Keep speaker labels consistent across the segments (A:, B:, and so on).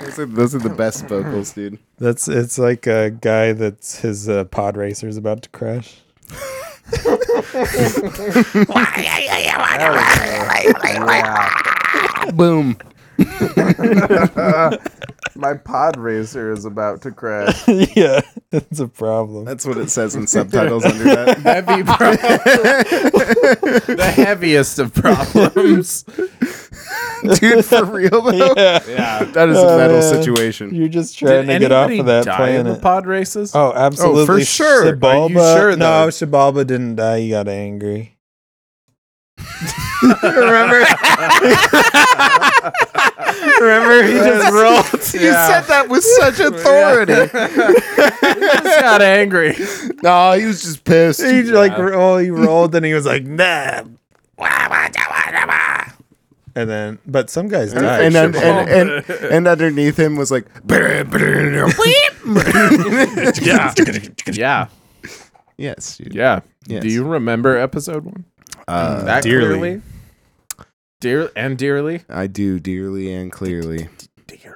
A: Those are, those are the best vocals, dude.
B: That's it's like a guy that's his uh, pod racer is about to crash.
A: Boom.
C: My pod racer is about to crash.
B: yeah, that's a problem.
A: That's what it says in subtitles under that.
C: Heavy problem. the heaviest of problems.
A: Dude, for real though,
C: Yeah.
A: that is a metal
B: Uh,
A: situation.
B: You're just trying to get off of that planet.
C: pod races?
B: oh, absolutely.
C: sure. Are you
B: Shibalba,
C: sure,
B: no,
C: though?
B: Shibalba didn't die. He got angry.
A: remember? remember? He just rolled. He
C: Yeah.
A: said that with such authority.
C: just got angry.
A: No, he was just pissed.
B: He like oh he rolled and he was like nah. And then, but some guys
A: and,
B: died.
A: and, and, and, and, and underneath him was like,
C: Yeah. yeah.
A: yes, dude.
C: Yeah.
A: Yes.
C: Do you remember episode one?
A: Uh,
C: that
B: dearly.
C: clearly? Dear and dearly?
A: I do dearly and clearly.
C: Dearly.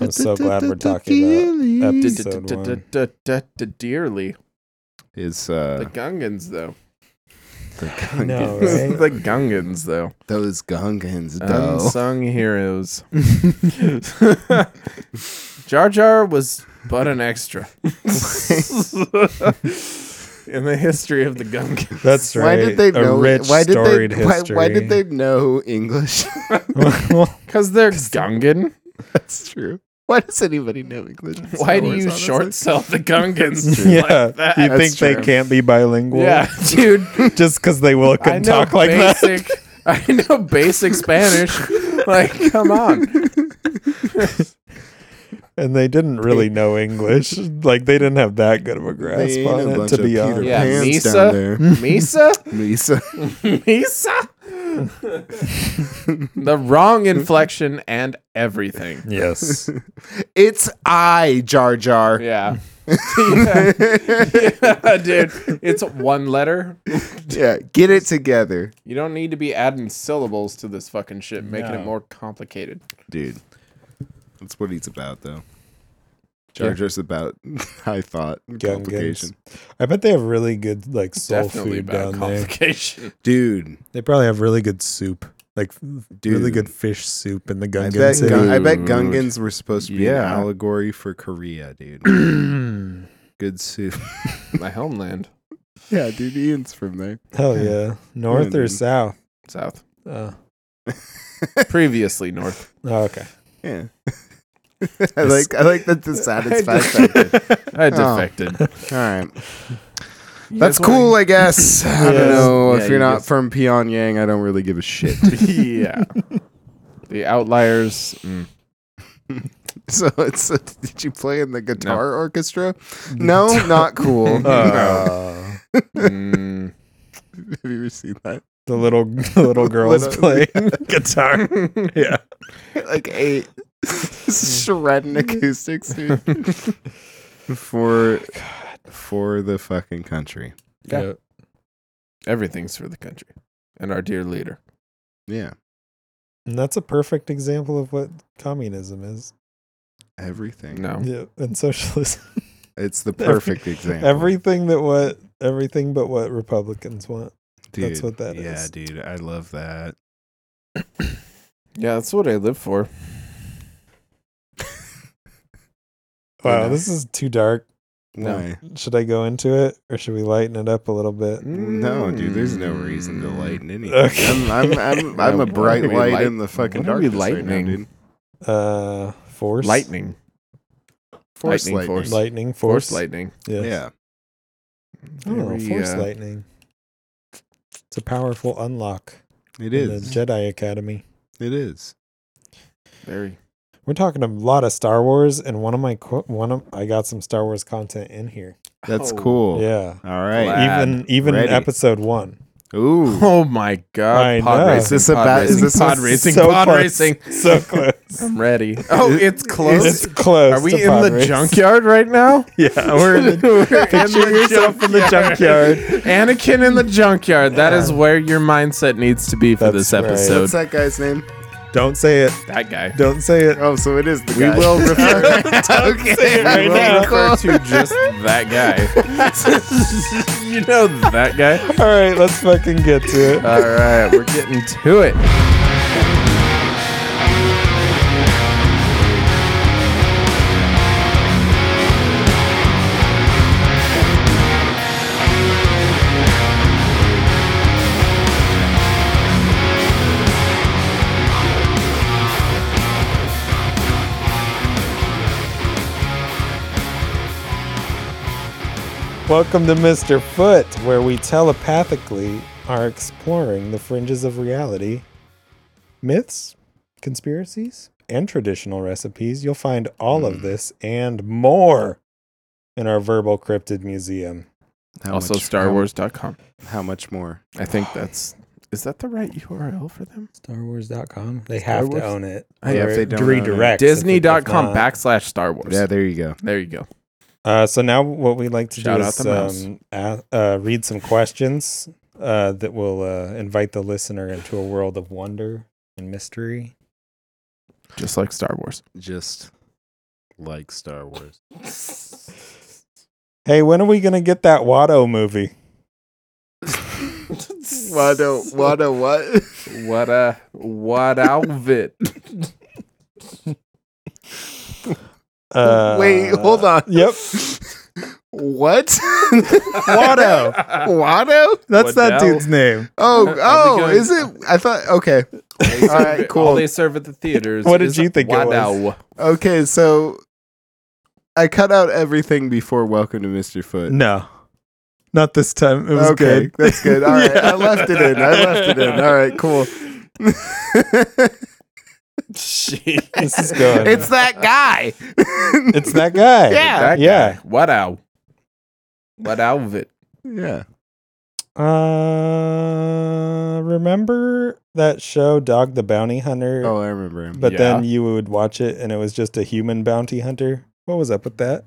B: I'm so glad we're talking about
A: Dearly.
B: episode one.
C: Dearly.
A: Is
C: The
A: uh,
C: Gungans though.
A: the Gungans.
B: No, right?
C: the Gungans though.
A: those Gungans,
C: Um,
A: though.
C: Unsung heroes. Jar Jar was but an extra in the history of the Gungans.
B: That's right.
A: Why did they
B: A
A: know?
B: rich
A: why did
B: storied
A: they? Why,
B: history.
A: why did they know English?
B: well,
C: Because they're Gungan.
A: That's true. Why does anybody know English? in
C: Why
A: Star
C: do you
A: Wars, honestly?
C: short sell the Gungans
B: yeah.
C: like that?
B: you think
A: That's
B: they
A: true.
B: can't be bilingual?
C: yeah, dude.
B: Just because they look
C: I
B: and
C: know
B: talk like that.
C: basic. I know basic Spanish. Like, come on.
B: And they didn't really know English. Like they didn't have that good of a grasp
A: They ain't
B: on
A: a
B: it.
A: bunch
B: To
A: of
B: be
A: Peter
B: honest,
C: Yeah,
A: Pans
C: Misa?
A: down there.
C: Misa?
A: Misa.
C: Misa? the wrong inflection and everything.
B: yes,
A: It's I, Jar Jar.
C: Yeah. yeah. Yeah, dude. It's one letter.
A: Yeah, get it together,
C: You don't need to be adding syllables to this fucking shit, making
B: No.
C: it more complicated.
A: dude. That's what he's about, though. Jar Jar's about high thought and
B: Gungans.
A: complication,
B: I bet they have really good like soul
C: Definitely
B: food
C: about
B: down there.
C: complication.
A: dude.
B: They probably have really good soup, like f- really
A: Dude.
B: good fish soup in the
A: I
B: Gungan
A: bet,
B: City.
A: Gun- I bet
C: Dude.
A: Gungans were supposed to be
C: Yeah.
A: an allegory for Korea, dude. Good soup.
C: My homeland,
A: yeah, dude. Ian's from there.
B: Hell yeah, north or
A: dude.
B: south?
C: south.
B: Uh,
C: Previously north.
B: oh, okay.
A: Yeah. I like I like that the satisfaction.
B: Oh.
C: I defected.
A: All right.
C: You
A: That's
C: guys wanna-
A: cool, I guess. I
B: Yeah.
A: don't know.
C: Yeah,
A: if you're
C: you
A: not
C: just-
A: from Pyongyang, I don't really give a shit.
C: yeah. The outliers. mm.
A: so it's uh, did you play in the guitar orchestra? No, Oh, not cool.
B: Uh,
C: Mm.
A: Have you ever seen that?
B: the little the little girls
A: Little-
B: playing guitar. yeah,
A: Like eight shredding acoustics, dude. for for the fucking country.
C: Yeah.
B: yeah.
C: Everything's for the country and our dear leader.
A: Yeah.
B: And that's a perfect example of what communism is.
A: Everything.
C: No.
B: Yeah, and socialism.
A: It's the perfect example.
B: everything that what everything but what Republicans want.
A: dude,
B: that's what that
A: yeah,
B: is.
A: dude. I love that.
C: Yeah, that's what I live for.
B: Wow,
A: Yeah.
B: this is too dark.
C: No.
A: Why?
B: Should I go into it or should we lighten it up a little bit?
A: No, dude, there's no reason
B: Mm.
A: to lighten anything.
B: Okay.
A: I'm, I'm, I'm, I'm
C: Why
A: a bright
C: are we
A: light
C: light-
A: in the fucking
C: why are we
A: darkness right now,
C: lightning?
A: dude.
B: Uh, force,
C: Lightning.
A: Force
C: Lightning
A: lightning.
C: force.
B: lightning, force,
C: Force lightning.
B: Yes.
A: Yeah.
B: Oh,
C: Very,
B: force
C: uh,
B: lightning. It's a powerful unlock.
A: It
B: in
A: is.
B: the Jedi Academy.
A: It is.
C: Very.
B: We're talking a lot of Star Wars, and one of my qu- one of I got some Star Wars content in here.
A: That's
C: Oh.
A: cool.
B: Yeah,
A: All right.
C: Glad. Bad.
B: even even
A: Ready.
B: episode one.
A: Ooh.
C: Oh my god.
B: I
C: pod
B: know.
C: racing.
B: Is
A: this
C: pod
A: about- is
C: racing,
A: this
C: pod
A: a-
C: racing?
B: so
C: pod
B: close.
C: racing.
B: So close.
C: I'm ready. Oh, it's close.
B: it's close.
C: Are we
B: to
C: in the
B: pod race.
C: junkyard right now?
B: Yeah, we're in the, picture yourself in the junkyard.
C: Anakin in the junkyard. That is where your mindset needs to be for
B: That's
C: this
B: right.
C: episode.
A: What's that guy's name?
B: Don't say it.
C: That guy.
B: Don't say it.
A: Oh, so it is the
C: We
A: guy.
C: will refer-
A: okay.
C: I
A: we will
C: will
A: refer
C: refer to just that guy. you know that guy.
B: All right, let's fucking get to it.
C: All right, we're getting to it.
B: Welcome to Mr. Foot, where we telepathically are exploring the fringes of reality, myths, conspiracies, and traditional recipes. You'll find all of this and more in our Verbal Cryptid Museum.
A: How
C: Also,
A: much-
C: StarWars.com.
A: How, how much more?
C: I think that's. Is that the right URL for them?
B: StarWars.com. They
A: have
B: have
A: to
B: to own it.
A: I- Yeah, if they don't own it.
B: redirect.
C: Disney.com backslash Star Wars.
A: Yeah, there you go.
C: There you go.
B: Uh, so now what we like to
C: Shout
B: do
C: out
B: is
C: the mouse.
B: um, a- uh, read some questions uh, that will uh, invite the listener into a world of wonder and mystery.
C: Just like Star Wars.
A: Just like Star Wars.
B: Hey, when are we gonna get that Watto movie?
A: What a what a what?
C: What a what outfit.
A: Wait, hold on.
B: Uh, Yep,
A: What?
C: Oh.
B: Watto.
A: Watto?
B: That's that
C: Waddell.
B: dude's name.
A: Oh,
C: That'd be
A: oh,
C: good.
A: is it? I thought. Okay,
C: All
A: right, cool.
C: All they serve at the theaters.
B: What did
C: is
B: you think it was?
C: Waddell.
A: okay. So I cut out everything before "Welcome to Mr. Foot."
B: No, not this time. It was
A: okay,
B: good.
A: that's good. All right,
B: Yeah.
A: I left it in. I left it in. All right, cool.
B: This is good.
A: it's that guy.
B: It's that guy.
A: Yeah.
C: That
B: yeah.
C: guy. What out? What outfit?
A: yeah.
B: Uh, remember that show, Dog the Bounty Hunter?
A: Oh, I remember him.
B: But
C: Yeah.
B: then you would watch it and it was just a human bounty hunter. What was up with that?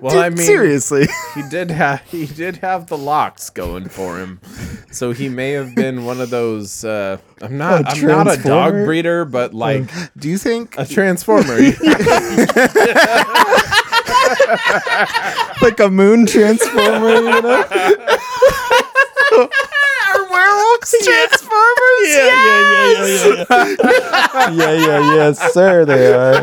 C: Well,
A: Dude,
C: I mean,
A: seriously.
C: he did have he did have the locks going for him, so he may have been one of those. Uh, I'm not
B: A
C: I'm not a dog
B: transformer?
C: breeder, but like
A: Do you think
C: a transformer.
B: like a moon transformer, you know?
A: are werewolves transformers?
B: Yeah, yeah, yeah, yeah, yeah. yeah, yeah, yes, sir, they are.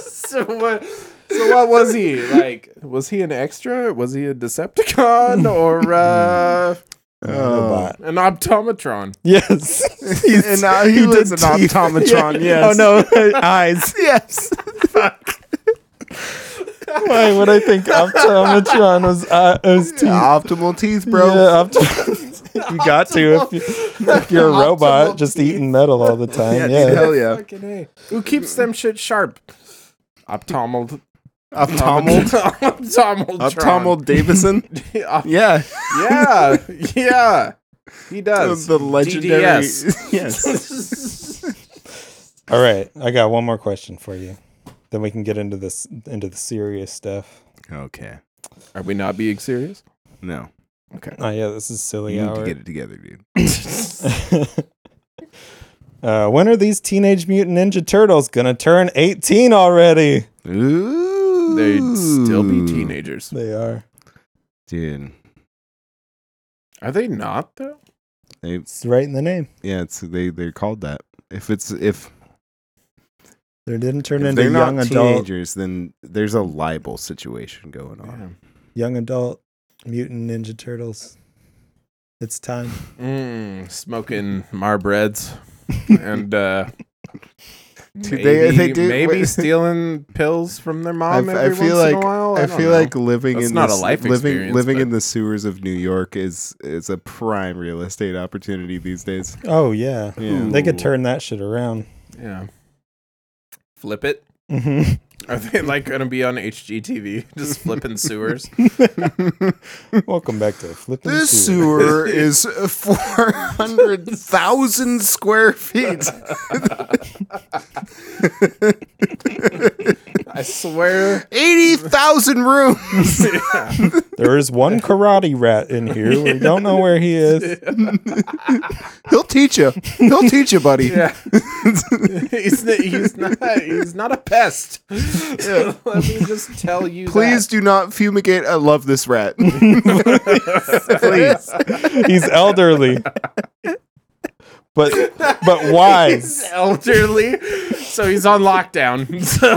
C: so what? So what was he like? Was he an extra? Was he a Decepticon or uh,
B: Robot.
C: an Optometron?
B: Yes. He's-
A: Oh. And now he, was an
B: did teeth.
A: optometron.
B: Yeah.
A: Yes.
B: Oh, no, eyes.
A: Yes.
B: Why would I think optometron was, uh, was teeth?
A: Optimal teeth, bro.
B: Yeah, opt- you got to if, you, if you're a robot
C: Optimal
B: just eating metal all the
A: Yeah,
B: time.
A: dude,
B: Yeah.
A: hell yeah.
C: Fucking A. Who keeps them shit sharp? Optomal.
A: Optimal.
C: Optomal.
A: Optimal Davison. Yeah.
C: yeah. Yeah. He does.
A: the legendary.
C: DDS.
A: Yes.
B: All right, I got one more question for you. Then we can get into this into the serious stuff.
A: Okay.
C: Are we not being serious?
A: No.
C: Okay.
B: Oh yeah, this is silly
A: You need to
B: hour.
A: get it together, dude.
B: uh, when are these Teenage Mutant Ninja Turtles gonna turn 18 already?
A: Ooh.
C: They'd still be teenagers.
B: They are.
A: Dude.
C: Are they not though?
A: They
B: It's right in the name.
A: yeah, it's they they're called that. If it's if,
B: They didn't turn
A: if
B: into
A: they're
B: young
A: not
B: adult,
A: teenagers, then there's a libel situation going on.
B: young adult mutant ninja turtles. It's time.
C: Mm, smoking Marbreds and uh,
A: Do
C: maybe,
A: they- they do-
C: maybe stealing pills from their mom
A: I f- I
C: every
A: feel
C: once in a
A: like-
C: while.
A: I
C: don't
A: feel
C: know.
A: like living
C: That's
A: in
C: not a
A: this,
C: life
A: living
C: experience,
A: living in
C: but-
A: the sewers of New York is is a prime real estate opportunity these days.
B: Oh yeah,
A: Yeah.
B: they could
C: Ooh.
B: turn that shit around.
C: yeah, flip it.
B: hmm
A: Mm-hmm.
C: Are they like gonna be on HGTV just flipping sewers?
B: Welcome back to Flipping
A: This
B: Sewer.
A: sewer is 400,000 square feet.
C: I swear.
A: Eighty thousand rooms.
B: There is one karate rat in here. We don't know where he is.
A: He'll teach you. He'll teach you, buddy.
C: Yeah. he's, n- he's not he's not a pest. Let me just tell you
A: Please do not fumigate. I love this rat. Please.
B: He's elderly. But but
C: that.
B: wise.
C: He's elderly, so he's on lockdown. So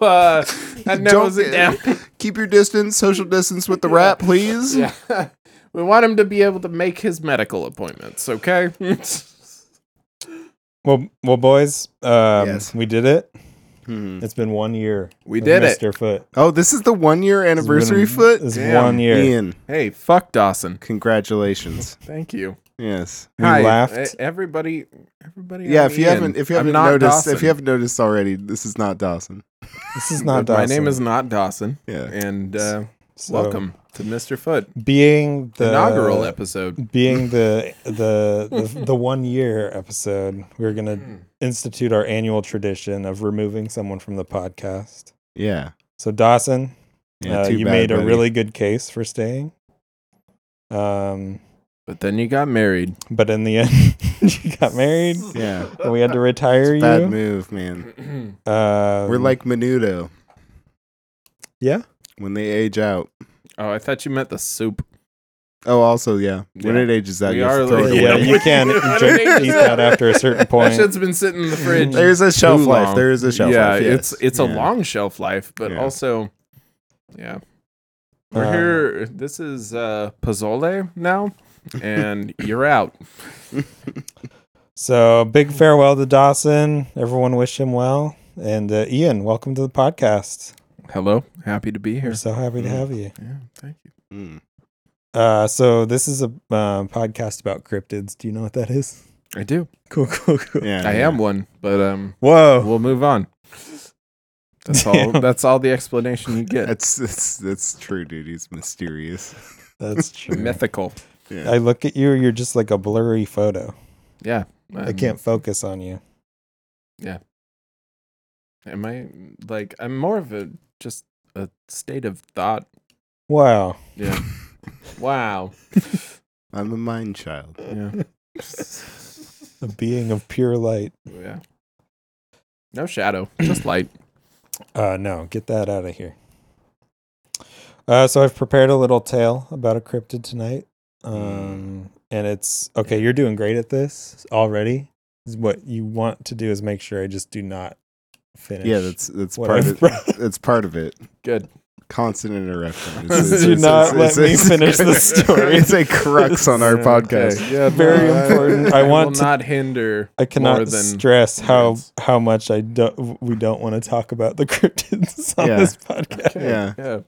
C: uh, that narrows it down.
A: Keep your distance, social distance with the rat, please.
C: Yeah. We want him to be able to make his medical appointments, okay?
B: Well well boys, um,
A: Yes.
B: we did it. It's been one year.
C: We
B: with
C: did it.
B: Mr. Foot.
A: Oh, this is the one year anniversary
B: It's been-
A: foot?
B: it's
A: Damn.
B: one year.
A: Ian,
C: hey, fuck Dawson.
A: congratulations.
C: Thank you.
A: Yes.
B: We laughed.
C: e- Everybody, everybody.
A: Yeah,
C: I'm
A: if you
C: Ian.
A: haven't if you
C: I'm
A: haven't
C: not
A: noticed
C: Dawson.
A: if you haven't noticed already, this is not Dawson.
B: This is not
C: my
B: Dawson.
C: name is not Dawson.
A: Yeah.
C: And uh,
B: So,
C: welcome to Mr. Foot
B: Being the
C: inaugural episode.
B: being the the the, the one year episode, we're gonna institute our annual tradition of removing someone from the podcast.
A: Yeah.
B: So Dawson,
A: Yeah,
B: uh,
A: too
B: you
A: bad,
B: made a
A: buddy.
B: really good case for staying. Um,
C: But then you got married.
B: but in the end, you got married,
A: Yeah.
B: and we had to retire
A: Bad
B: you.
A: move, man.
C: Oh,
B: Um,
A: We're like Menudo
B: yeah,
A: when they age out.
C: oh, I thought you meant the soup.
A: Oh, also, yeah. When
C: Yeah.
A: it ages out,
C: We
A: you have
C: are
A: to throw it
C: like-
A: away.
B: yeah.
C: Yeah.
B: You can't drink, eat that after a certain
C: That
B: point.
C: shit's been sitting in the fridge.
A: There's a shelf
C: Too
A: life.
C: long.
A: There is a shelf
C: yeah,
A: life.
C: it's it's a
A: Yeah.
C: long shelf life, but
A: Yeah.
C: also, yeah, we're
A: Um,
B: Uh,
C: here. This is uh, Pozole now, and you're out.
B: So big farewell to Dawson. Everyone wish him well. And uh, Ian, welcome to the podcast.
C: Hello, happy to be
B: We're
C: here.
B: so happy to
A: Mm.
B: have you.
C: Yeah, thank you.
A: Mm.
B: Uh, so this is a uh, podcast about cryptids. Do you know what that is?
C: I do.
B: Cool, cool, cool.
A: Yeah,
C: I
A: yeah.
C: am one, but um,
A: Oh.
B: Whoa.
C: we'll move on. That's all.
B: Damn.
C: That's all the explanation you get.
A: That's that's that's true, dude. He's mysterious.
B: That's true.
C: Mythical.
A: Yeah.
B: I look at you, you're just like a blurry photo.
C: Yeah.
B: I
C: um,
B: can't focus on you.
C: Am I like? I'm more of a just a state of thought.
B: Wow.
C: Yeah. wow.
A: I'm a mind child.
C: Yeah.
B: A being of pure light.
C: Yeah. No shadow, just light.
B: Uh, no, get that out of here. Uh, so I've prepared a little tale about a cryptid tonight.
A: Mm.
B: Um, and it's okay, you're doing great at this already. What you want to do is make sure I just do not finish.
A: Yeah, that's that's
B: what
A: part
B: I've
A: of
B: brought.
A: that's part of it.
C: Good.
A: Constant interruption.
B: Do not let me finish the story.
A: It's a crux on our
B: Yeah,
A: podcast.
C: Yeah,
B: Very
A: no, I-
B: important. I
C: will
B: want to
C: not hinder.
B: I
C: more
B: cannot
C: than
B: stress how
C: minutes.
B: how much I don't we don't want to talk about the cryptids on
A: Yeah.
B: this podcast.
A: Yeah,
C: Yeah.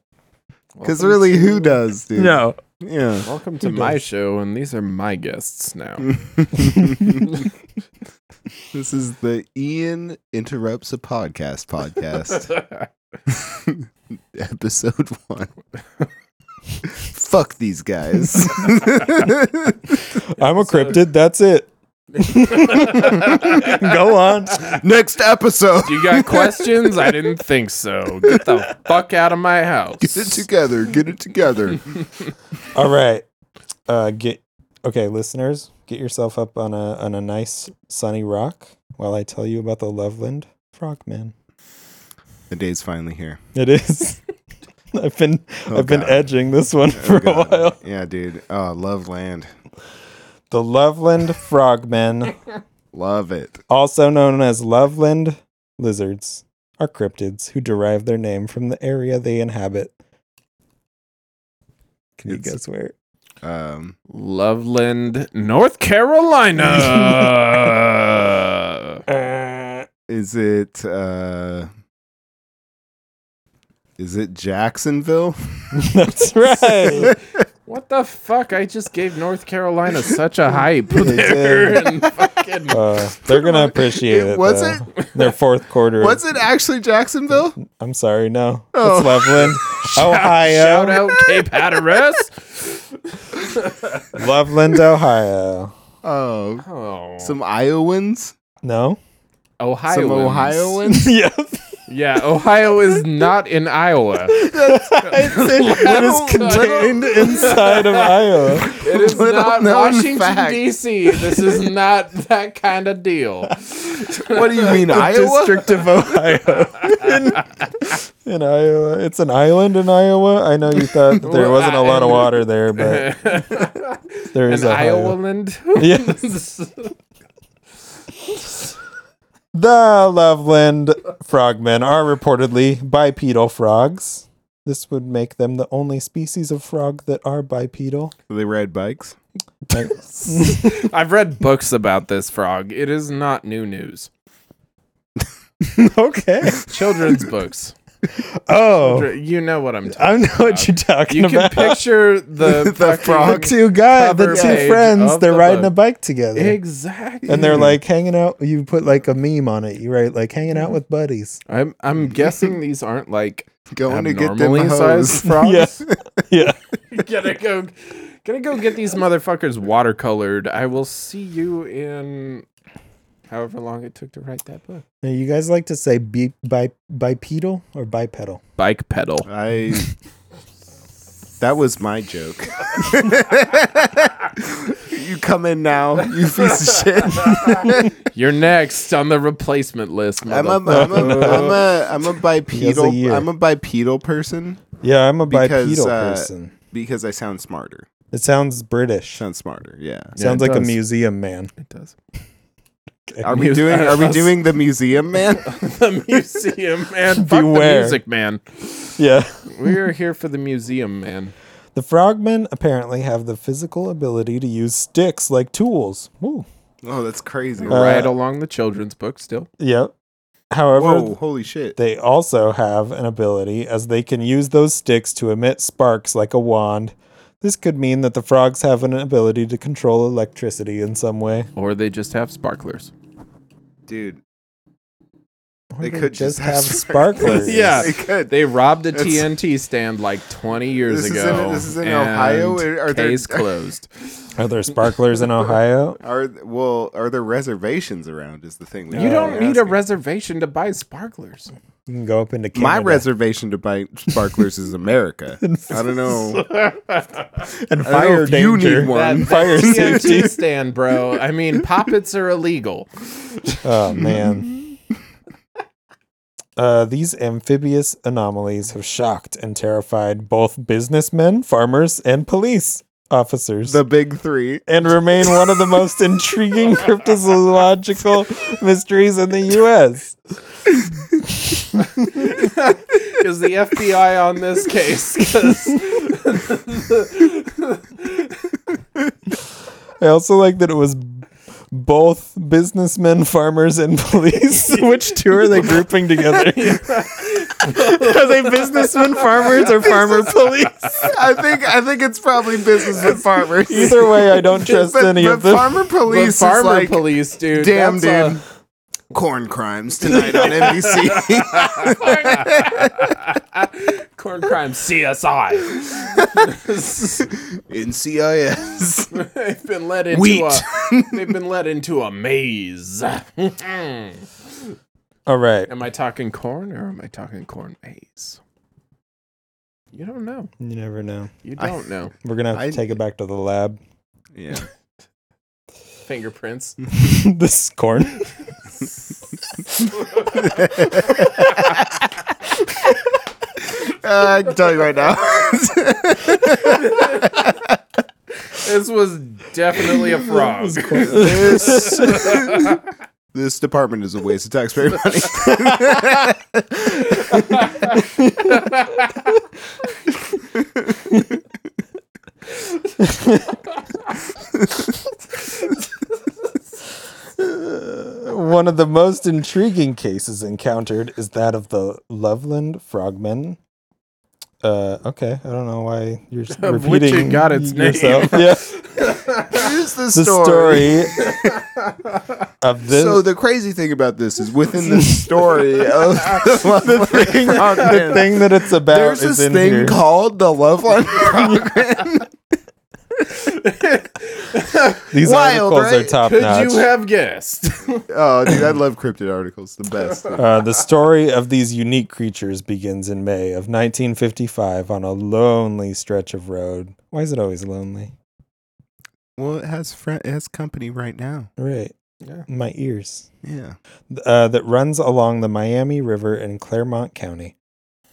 A: because
C: Welcome
A: really,
C: to-
A: who does, dude?
B: No.
A: Yeah.
C: Welcome to
B: Who
C: my
B: does?
C: show, and these are my guests now.
A: this is the Ian interrupts a podcast podcast episode one. Fuck these guys.
B: I'm a
C: so-
B: cryptid. That's it. Go on.
A: Next episode.
C: you got questions? I didn't think so. Get the fuck out of my house.
A: Get it together. Get it together.
B: All right. Uh, get okay, listeners. Get yourself up on a on a nice sunny rock while I tell you about the Loveland Frogman.
A: the day's finally here.
B: It is. I've been
A: Oh,
B: I've been
A: God.
B: edging this one for
A: Oh,
B: a
A: God.
B: while.
A: Yeah, dude. Oh, love land.
B: The Loveland Frogmen,
A: Love it.
B: also known as Loveland lizards, are cryptids who derive their name from the area they inhabit. Can you
A: It's-
B: guess where?
A: Um,
C: Loveland, North Carolina.
A: is it uh, is it Jacksonville?
B: That's right.
C: What the fuck? I just gave North Carolina such a hype
B: did.
C: there. And fucking,
B: Uh, they're gonna appreciate
A: It
B: it.
A: wasn't-
B: though. their fourth quarter?
A: Was it actually Jacksonville?
B: I'm sorry, no.
A: Oh.
B: It's Loveland, Ohio.
C: Shout out Cape Hatteras.
B: Loveland, Ohio.
A: Oh,
C: Oh,
A: some Iowans,
B: No.
C: Ohio.
A: some Ohioans.
B: yep.
C: Yeah, Ohio is not in Iowa.
B: What is contained inside of Iowa?
C: It is
A: Little
C: not
A: known
C: Washington
A: fact.
C: D.C. This is not that kind of deal.
A: What do you mean, Iowa?
B: District of Ohio. in, in Iowa. It's an island in Iowa. I know you thought that there wasn't a lot of water there, but there is
C: An
B: Ohio.
C: Iowaland.
B: Yes. The Loveland frogmen are reportedly bipedal frogs. This would make them the only species of frog that are bipedal.
A: Do they ride bikes?
B: Like,
C: I've read books about this frog. It is not new news.
B: okay.
C: Children's books.
B: Oh,
C: You know what I'm talking.
B: I know what you're talking
C: You can
B: about.
C: picture the
A: The
C: fucking-
B: the
A: frog.
B: two guys, the
C: cover
B: two
C: page
B: friends,
C: of
B: they're
C: the
B: riding
C: book.
B: a bike together.
C: Exactly.
B: and they're like hanging out. You put like a meme on it. You write like hanging out with buddies.
C: I'm I'm guessing these aren't like
A: Going to get them
C: abnormally sized
A: hose.
C: frogs.
B: yeah.
C: gonna go gonna go get these motherfuckers watercolored. I will see you in however long it took to write that book.
B: Now, you guys like to say bi- bi- bipedal or bipedal?
C: Bike pedal.
A: I. That was my joke. you come in now, you piece of shit.
C: You're next on the replacement list.
A: I'm a, I'm a,
C: motherfucker.
A: I'm a, I'm a bipedal.
B: year.
A: I'm a bipedal person
B: Yeah, I'm a
A: Because,
B: bipedal
A: uh,
B: person.
A: because I sound smarter.
B: It sounds British.
A: Sound smarter. Yeah.
B: sounds
C: it
B: like a
C: does.
B: museum man.
C: It does.
A: Are we
C: Muse-
A: doing? Are we
C: us.
A: doing the museum man?
C: the museum man. Fuck
B: Beware.
C: the music man.
B: Yeah.
C: We are here for the museum man.
B: The frogmen apparently have the physical ability to use sticks like tools. Ooh.
A: Oh, that's crazy.
C: right along the children's book still.
B: Yep. However,
A: Whoa! Holy shit!
B: they also have an ability as they can use those sticks to emit sparks like a wand. This could mean that the frogs have an ability to control electricity in some way.
C: Or they just have sparklers.
A: Dude,
B: Or
A: They could just have
B: sparklers.
C: Yeah.
A: they could.
C: They robbed a
A: That's-
C: TNT stand like 20 years
A: This is in-
C: ago.
A: this is in
C: and
A: Ohio? Are- are there-
C: case closed.
B: Are there sparklers in Ohio?
A: Are well? Are there reservations around? Is the thing we
C: You don't
A: gotta
C: need
A: ask
C: a
A: him.
C: reservation to buy sparklers.
B: You can go up into Canada
A: My reservation to buy sparklers is America. I don't know.
B: and
A: I don't know
B: fire
A: if you
B: danger.
A: need
C: That,
A: one.
B: Fire
C: that
B: safety.
C: TNT stand, bro. I mean, poppets are illegal.
B: Oh man. Uh, these amphibious anomalies have shocked and terrified both businessmen, farmers, and police officers.
A: The big three.
B: and remain one of the most intriguing cryptozoological mysteries in the U.S.
C: Is the FBI on this case? 'Cause-
B: I also like that it was both businessmen, farmers, and police. Which two are they grouping together? are they businessmen, farmers, or farmer police?
A: I think. I think it's probably business with farmers.
B: Either way, I don't trust
A: but,
B: any
A: but
B: of them.
A: farmer police
C: farmer
A: is like
C: police, dude.
A: damn
C: that's uh,
A: dude corn crimes tonight on nbc
C: a- corn crime CSI.
A: in cis
C: they've been led into
A: Wheat.
C: a. They've been led into a maze.
B: All right.
C: Am I talking corn or am I talking corn maze? You don't know.
B: You never know.
C: You
A: I-
C: don't know.
B: We're gonna have to
A: I-
B: take it back to the lab.
A: yeah
C: Fingerprints.
B: this corn.
A: uh, i can tell you right now
C: This was definitely a frog.
A: this this department is a waste of taxpayer money
B: One of the most intriguing cases encountered is that of the Loveland Frogmen. Uh, okay, I don't know why you're s-
C: Of
B: repeating
C: which it got its name.
B: yourself. Yeah,
A: here's the
B: the
A: story,
B: story of this.
A: so the crazy thing about this is within the story of the,
B: the thing,
A: Oh,
B: the
A: Frogmen,
B: thing that it's about
A: there's
B: is
A: this
B: in
A: thing
B: here.
A: called the Loveland Frogman.
B: These
A: Wild,
B: articles
A: right?
B: are top
C: Could
B: notch.
C: you have guessed?
A: Oh, dude, I love cryptid articles. The best.
B: uh, the story of these unique creatures begins in May of 1955 on a lonely stretch of road. Why is it always lonely?
A: Well, it has friend, it has company right now.
B: Right.
C: Yeah.
B: My ears.
A: Yeah.
B: uh, that runs along the Miami River in Clermont County,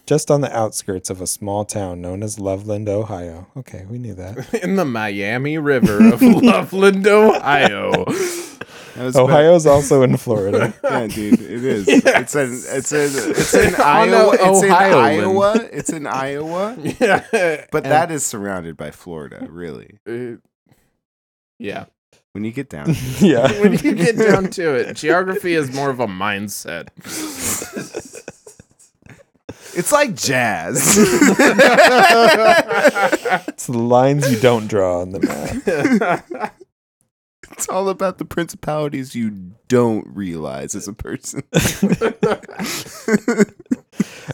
B: just on the outskirts of a small town known as Loveland, Ohio. Okay, we knew that.
C: In the Miami River of Loveland, Ohio.
A: That was
B: Ohio's also in Florida.
A: bad. Yeah, dude, it is. It's an it's an it's in
C: On the
A: Iowa. It's in
C: Ohioan.
A: Iowa. It's in Iowa.
C: yeah.
A: But
C: And,
A: that is surrounded by Florida, really.
C: uh, yeah.
A: When you get down,
B: yeah.
C: When you get down to it, geography is more of a mindset.
A: it's like jazz.
B: It's the lines you don't draw on the map.
A: it's all about the principalities you don't realize as a person.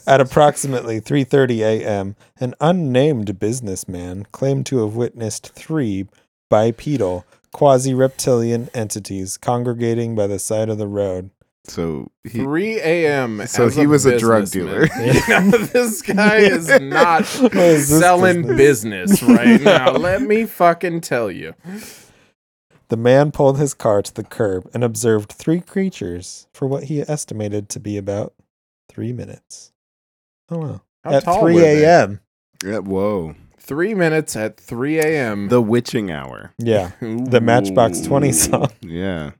B: At approximately 3:30 a.m., an unnamed businessman claimed to have witnessed three bipedal quasi-reptilian entities congregating by the side of the road.
A: So he
C: 3 a.m.
A: So
C: as
A: he was a drug
C: businessman. You know, this guy is not
B: What is this
C: selling business right now. Let me fucking tell you.
B: The man pulled his car to the curb and observed three creatures for what he estimated to be about three minutes. Oh wow!
C: How
B: At
C: tall
B: three
C: were they?
B: a.m.
A: Yeah, whoa,
C: Three minutes at 3 a.m.
A: the witching hour.
B: Yeah, the Matchbox Twenty song.
A: Yeah.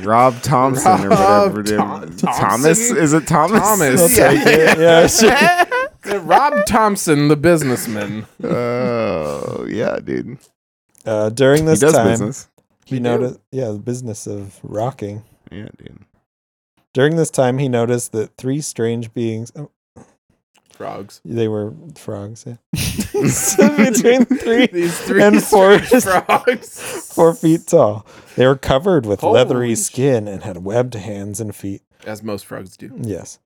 A: Rob Thompson or
C: Rob
A: whatever.
C: Thom-
A: it is.
C: Thompson?
A: Thomas? Is it Thomas?
C: Thomas.
B: I'll
C: Yeah.
B: take it. Yeah, sure.
C: Uh, Rob Thompson, the businessman.
A: Oh yeah, dude.
B: Uh, during this
A: he does
B: time,
A: business.
B: he
C: We do.
B: noticed. Yeah, the business of rocking.
A: Yeah, dude.
B: During this time, he noticed that three strange beings. Oh,
C: Frogs.
B: they were frogs. Yeah. so between three
C: These three
B: And four-
C: strange frogs.
B: four feet tall, they were covered with leathery
C: Holy sh-
B: skin and had webbed hands and feet.
C: As most frogs do.
B: Yes.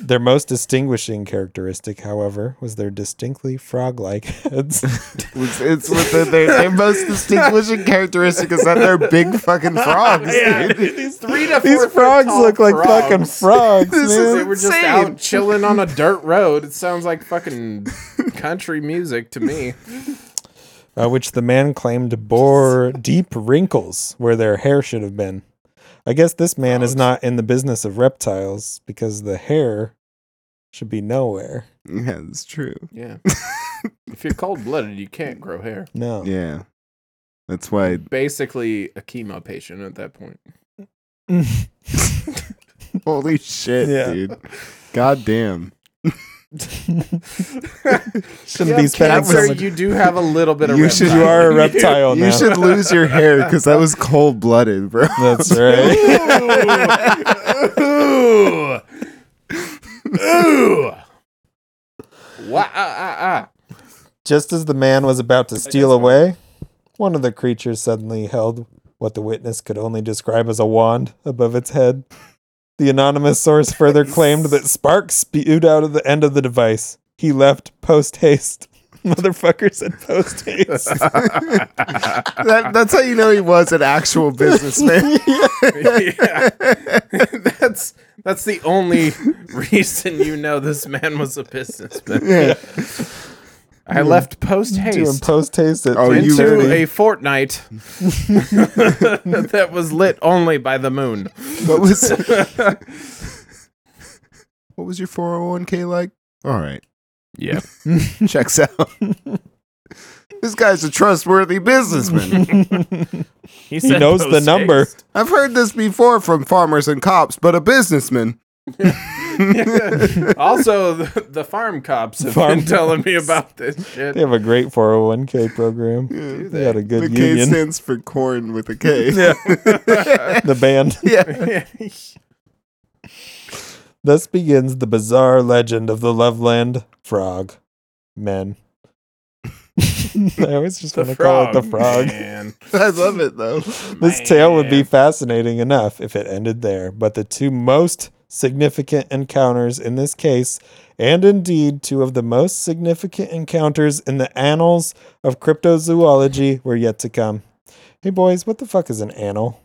B: Their most distinguishing characteristic, however, was their distinctly frog like heads.
A: It's, it's what the, their, their most distinguishing characteristic is that they're big fucking frogs.
C: Yeah,
A: dude.
C: these three to
B: These
C: four foot
B: frogs
C: tall
B: look like fucking
C: frogs.
B: frogs,
A: This is
B: man.
C: They were just
A: Insane.
C: out chilling on a dirt road. It sounds like fucking country music to me.
B: Uh, which the man claimed bore deep wrinkles where their hair should have been. I guess this man is not in the business of reptiles because the hair should be nowhere.
A: Yeah, it's true.
C: Yeah. if you're cold blooded, you can't grow hair.
B: No.
A: Yeah. That's why
C: Basically, a chemo patient at that point.
A: holy shit,
B: Yeah.
A: dude. God damn.
C: If you
B: Shouldn't be
C: have
B: spending so
C: cancer,
B: much.
C: You do have a little bit of.
A: You should-
C: reptile
B: You are a
C: in you.
B: reptile now.
A: You should lose your hair because that was cold blooded, bro.
B: That's right.
C: Ooh. Ooh. Wah, ah, ah,
B: Just as the man was about to steal away, one of the creatures suddenly held what the witness could only describe as a wand above its head. The anonymous source further claimed that sparks spewed out of the end of the device. He left post haste. Motherfucker said post haste.
A: That, that's how you know he was an actual businessman.
C: ah. Yeah. that's that's the only reason you know this man was a businessman.
A: Yeah.
C: I left post
B: Doing
C: haste
B: post haste at
A: Oh, you
C: into a
A: really-
B: 3:30.
C: fortnight that was lit only by the moon.
A: What was What was your 401k like? All right.
C: Yeah.
A: Checks out. this guy's a trustworthy businessman.
B: He
C: said
B: knows the
C: post
B: number.
C: haste.
A: I've heard this before from farmers and cops, but a businessman.
C: also, the, the farm cops have
B: Farm
C: been telling me about this shit.
B: They have a great 401k program. They had a
A: The
B: good
A: K
B: union.
A: stands for corn with a K.
B: The band.
A: yeah.
B: Thus begins the bizarre legend of the Loveland frog men. I always just want to call it the frog.
C: Man.
A: I love it though.
B: This tale would be fascinating enough if it ended there, but the two most significant encounters in this case, and indeed two of the most significant encounters in the annals of cryptozoology were yet to come. Hey boys, what the fuck is an annal?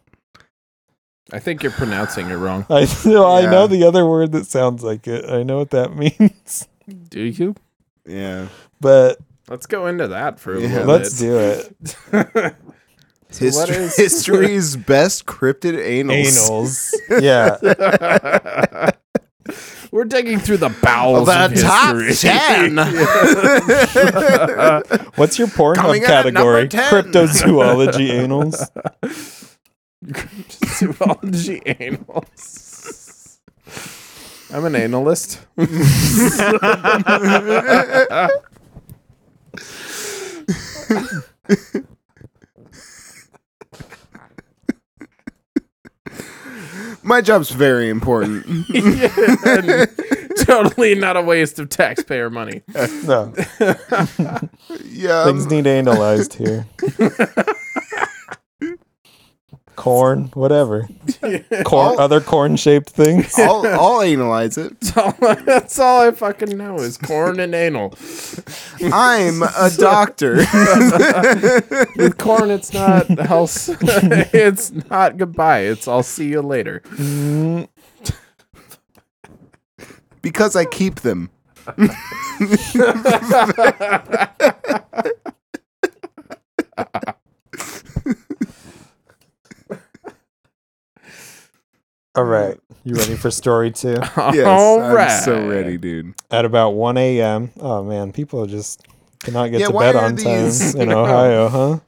C: I think you're pronouncing it wrong.
B: I know, I know
A: Yeah.
B: the other word that sounds like it. I know what that means.
C: Do you?
A: Yeah.
B: But
C: Let's go into that for a little
A: Yeah,
B: let's
C: bit.
B: do it.
C: Let's do. what
A: History,
C: is-
A: history's best cryptid anals.
B: Anals. Yeah.
C: We're digging through the bowels of
A: The top
C: history.
A: 10.
B: What's your
A: Coming in
B: Pornhub
A: at number
B: category?
A: 10.
B: Cryptozoology anals.
C: Zoology anals. I'm an analyst.
A: My job's very important.
C: And totally not a waste of taxpayer money.
B: No,
A: Yeah.
B: things need analyzed here. corn, whatever. Corn, other corn-shaped things.
A: I'll, I'll analyze it.
C: That's all, that's all I fucking know is corn and anal.
A: I'm a doctor.
C: With corn, it's not health. it's not goodbye. It's I'll see you later.
A: because I keep them.
B: All right, you ready for story two?
A: Yes,
C: all
A: I'm so
C: right.
A: ready, dude.
B: At about one a.m. Oh man, people just cannot get
A: Yeah,
B: to
A: why
B: bed
A: are
B: on time
A: these-
B: in Ohio, huh?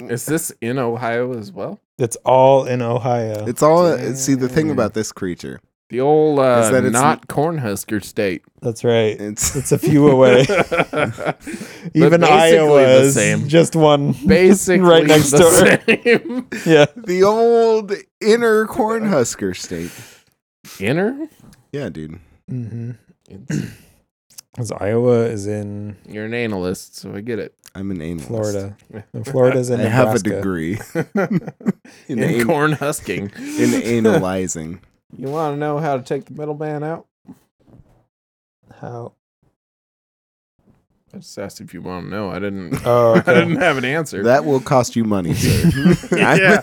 C: Is this in Ohio as well?
B: It's all in Ohio.
A: It's all. See, the thing about this creature,
C: The old uh,
A: Is that it's-
C: not Cornhusker state.
B: That's right.
A: it's
B: It's a few away.
C: basically
B: Even
C: the
B: Iowa's
C: same.
B: just one.
C: Basically,
B: Right next
C: the Same.
B: Yeah.
A: the old inner cornhusker state.
C: Inner?
A: Yeah, dude.
B: Mm-hmm. Because Iowa is in
C: You're an analyst, so I get it.
A: I'm an analyst.
B: Florida. And Florida's in
A: I have a
B: Nebraska.
A: degree in,
C: In
A: an-
C: corn husking.
A: in analyzing.
C: You want to know how to take the middleman out?
B: How?
C: I just asked if you want to know. I didn't.
B: Oh,
C: I didn't
B: okay.
C: have an answer.
A: That will cost you money, sir.
C: yeah,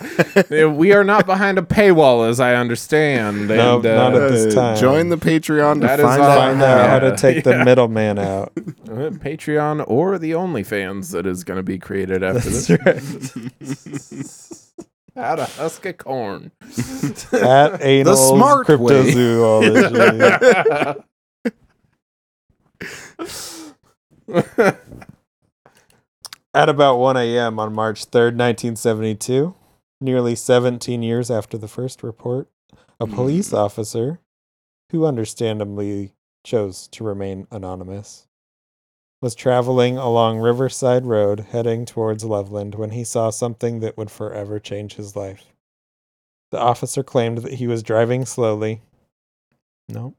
C: Yeah, we are not behind a paywall, as I understand.
B: No,
C: and,
B: not at
C: uh,
B: this time.
A: Join the Patreon
C: That
A: to
C: is
A: find
C: all I
A: out.
B: Find out how
C: Yeah.
B: to take the
C: Yeah.
B: middleman out.
C: uh, Patreon or the OnlyFans that is going to be created after
B: That's
C: this.
B: right.
C: How to husk a corn.
B: At anal
A: smart way.
B: cryptozoology. at about 1 a.m. on March 3rd, 1972, nearly 17 years after the first report, a police officer who understandably chose to remain anonymous was traveling along Riverside Road heading towards Loveland when he saw something that would forever change his life. The officer claimed that he was driving slowly. No.